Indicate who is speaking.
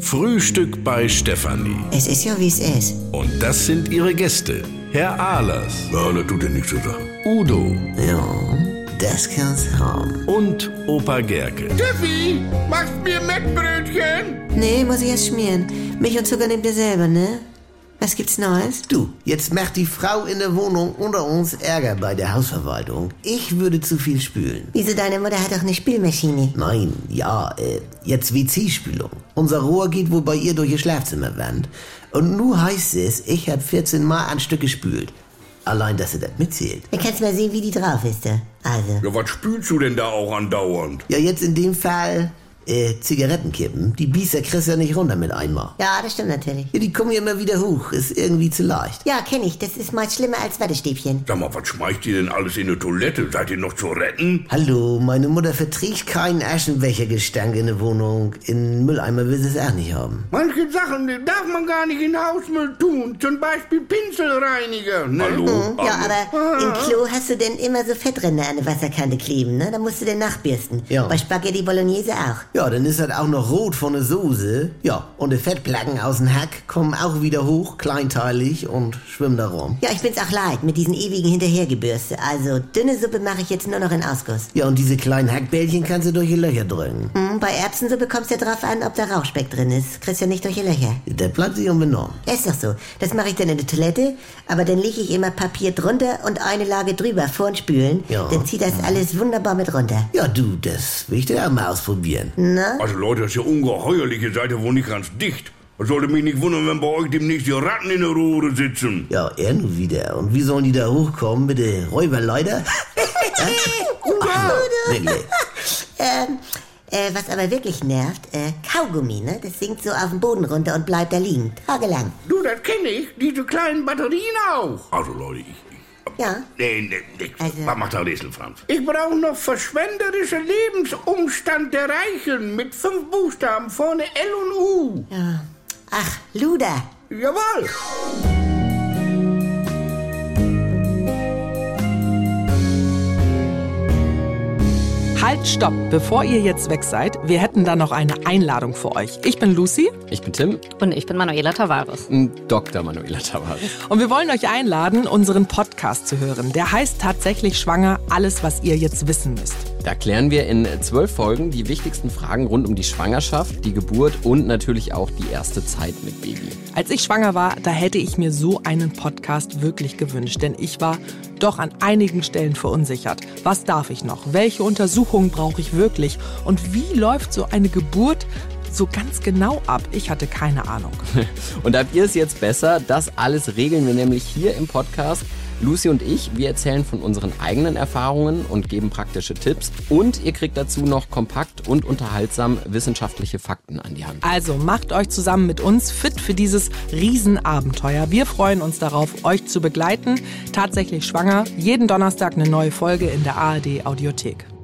Speaker 1: Frühstück bei Stefanie.
Speaker 2: Es ist ja, wie es ist.
Speaker 1: Und das sind ihre Gäste. Herr Ahlers,
Speaker 3: Ja, das tut dir nichts zu sagen.
Speaker 1: Udo
Speaker 2: Ja, das kann's haben.
Speaker 1: und Opa Gerke.
Speaker 4: Tiffy, machst mir Mettbrötchen?
Speaker 2: Nee, muss ich erst schmieren. Milch und Zucker nehmt ihr selber, ne? Was gibt's Neues?
Speaker 5: Du, jetzt macht die Frau in der Wohnung unter uns Ärger bei der Hausverwaltung. Ich würde zu viel spülen.
Speaker 2: Wieso, deine Mutter hat doch eine Spülmaschine.
Speaker 5: Nein, ja, äh, jetzt WC-Spülung. Unser Rohr geht wohl bei ihr durch ihr Schlafzimmerwand. Und nun heißt es, ich habe 14 Mal ein Stück gespült. Allein, dass sie das mitzählt.
Speaker 2: Dann kannst du mal sehen, wie die drauf ist, da. Also.
Speaker 3: Ja, was spülst du denn da auch andauernd?
Speaker 5: Ja, jetzt in dem Fall, äh, Zigarettenkippen. Die Biester kriegst du ja nicht runter mit einmal.
Speaker 2: Ja, das stimmt natürlich.
Speaker 5: Ja, die kommen ja immer wieder hoch. Ist irgendwie zu leicht.
Speaker 2: Ja, kenn ich. Das ist mal schlimmer als Wattestäbchen.
Speaker 3: Sag mal, was schmeißt ihr denn alles in die Toilette? Seid ihr noch zu retten?
Speaker 5: Hallo, meine Mutter verträgt keinen Aschenbechergestank in der Wohnung. In Mülleimer will sie es auch nicht haben.
Speaker 4: Manche Sachen die darf man gar nicht in den Hausmüll tun. Zum Beispiel Pinselreiniger. Ne?
Speaker 3: Hallo?
Speaker 2: Ja,
Speaker 3: Hallo?
Speaker 2: aber im Klo hast du denn immer so Fettränder an der Wasserkante kleben, ne? Da musst du denn nachbürsten.
Speaker 5: Ja.
Speaker 2: Bei Spaghetti Bolognese auch.
Speaker 5: Ja, dann ist das auch noch rot von der Soße. Ja, und die Fettplacken aus dem Hack kommen auch wieder hoch, kleinteilig und schwimmen da rum.
Speaker 2: Ja, ich bin's auch leid mit diesen ewigen Hinterhergebürste. Also, dünne Suppe mache ich jetzt nur noch in Ausguss.
Speaker 5: Ja, und diese kleinen Hackbällchen kannst du durch die Löcher drücken.
Speaker 2: Hm, bei Erbsensuppe kommst ja drauf an, ob da Rauchspeck drin ist. Kriegst ja nicht durch die Löcher.
Speaker 5: Der bleibt sich unbenommen.
Speaker 2: Ja, Ist doch so. Das mache ich dann in der Toilette, aber dann lege ich immer Papier drunter und eine Lage drüber vorn spülen.
Speaker 5: Ja. Mhm.
Speaker 2: Dann zieht das alles wunderbar mit runter.
Speaker 5: Ja, du, das will ich dir auch mal ausprobieren.
Speaker 2: Na?
Speaker 3: Also Leute, das ist ja ungeheuerlich. Ihr seid ja wohl nicht ganz dicht. Das sollte mich nicht wundern, wenn bei euch demnächst die Ratten in der Rohre sitzen.
Speaker 5: Ja, er nun wieder. Und wie sollen die da hochkommen? Mit der Räuberleiter? Ach, wirklich.
Speaker 2: Ähm, äh, was aber wirklich nervt, äh, Kaugummi, ne? Das sinkt so auf den Boden runter und bleibt da liegen. Tagelang.
Speaker 4: Du, das kenne ich. Diese kleinen Batterien auch.
Speaker 3: Also Leute, ich... ich
Speaker 2: Ja.
Speaker 3: nee, nee, nee.
Speaker 2: Also-
Speaker 3: Was macht der Rätsel, Franz?
Speaker 4: Ich brauche noch verschwenderischer Lebensumstand der Reichen mit fünf Buchstaben vorne L und U.
Speaker 2: Ja. Ach, Luder.
Speaker 4: Jawohl.
Speaker 6: Halt, stopp! Bevor ihr jetzt weg seid, wir hätten da noch eine Einladung für euch. Ich bin Lucy
Speaker 7: Ich bin Tim,
Speaker 8: Und ich bin Manuela Tavares.
Speaker 7: ein Dr. Manuela Tavares.
Speaker 6: und wir wollen euch einladen, unseren Podcast zu hören. Der heißt tatsächlich Schwanger, alles, was ihr jetzt wissen müsst.
Speaker 7: Da klären wir in zwölf Folgen die wichtigsten Fragen rund um die Schwangerschaft, die Geburt und natürlich auch die erste Zeit mit Baby.
Speaker 6: Als ich schwanger war, da hätte ich mir so einen Podcast wirklich gewünscht, denn ich war doch an einigen Stellen verunsichert. Was darf ich noch? Welche Untersuchungen brauche ich wirklich? Und wie läuft so eine Geburt so ganz genau ab? Ich hatte keine Ahnung.
Speaker 7: Und habt ihr es jetzt besser? Das alles regeln wir nämlich hier im Podcast. Lucy und ich, wir erzählen von unseren eigenen Erfahrungen und geben praktische Tipps. Und ihr kriegt dazu noch kompakt und unterhaltsam wissenschaftliche Fakten an die Hand.
Speaker 6: Also macht euch zusammen mit uns fit für dieses Riesenabenteuer. Wir freuen uns darauf, euch zu begleiten. Tatsächlich schwanger. Jeden Donnerstag eine neue Folge in der ARD Audiothek.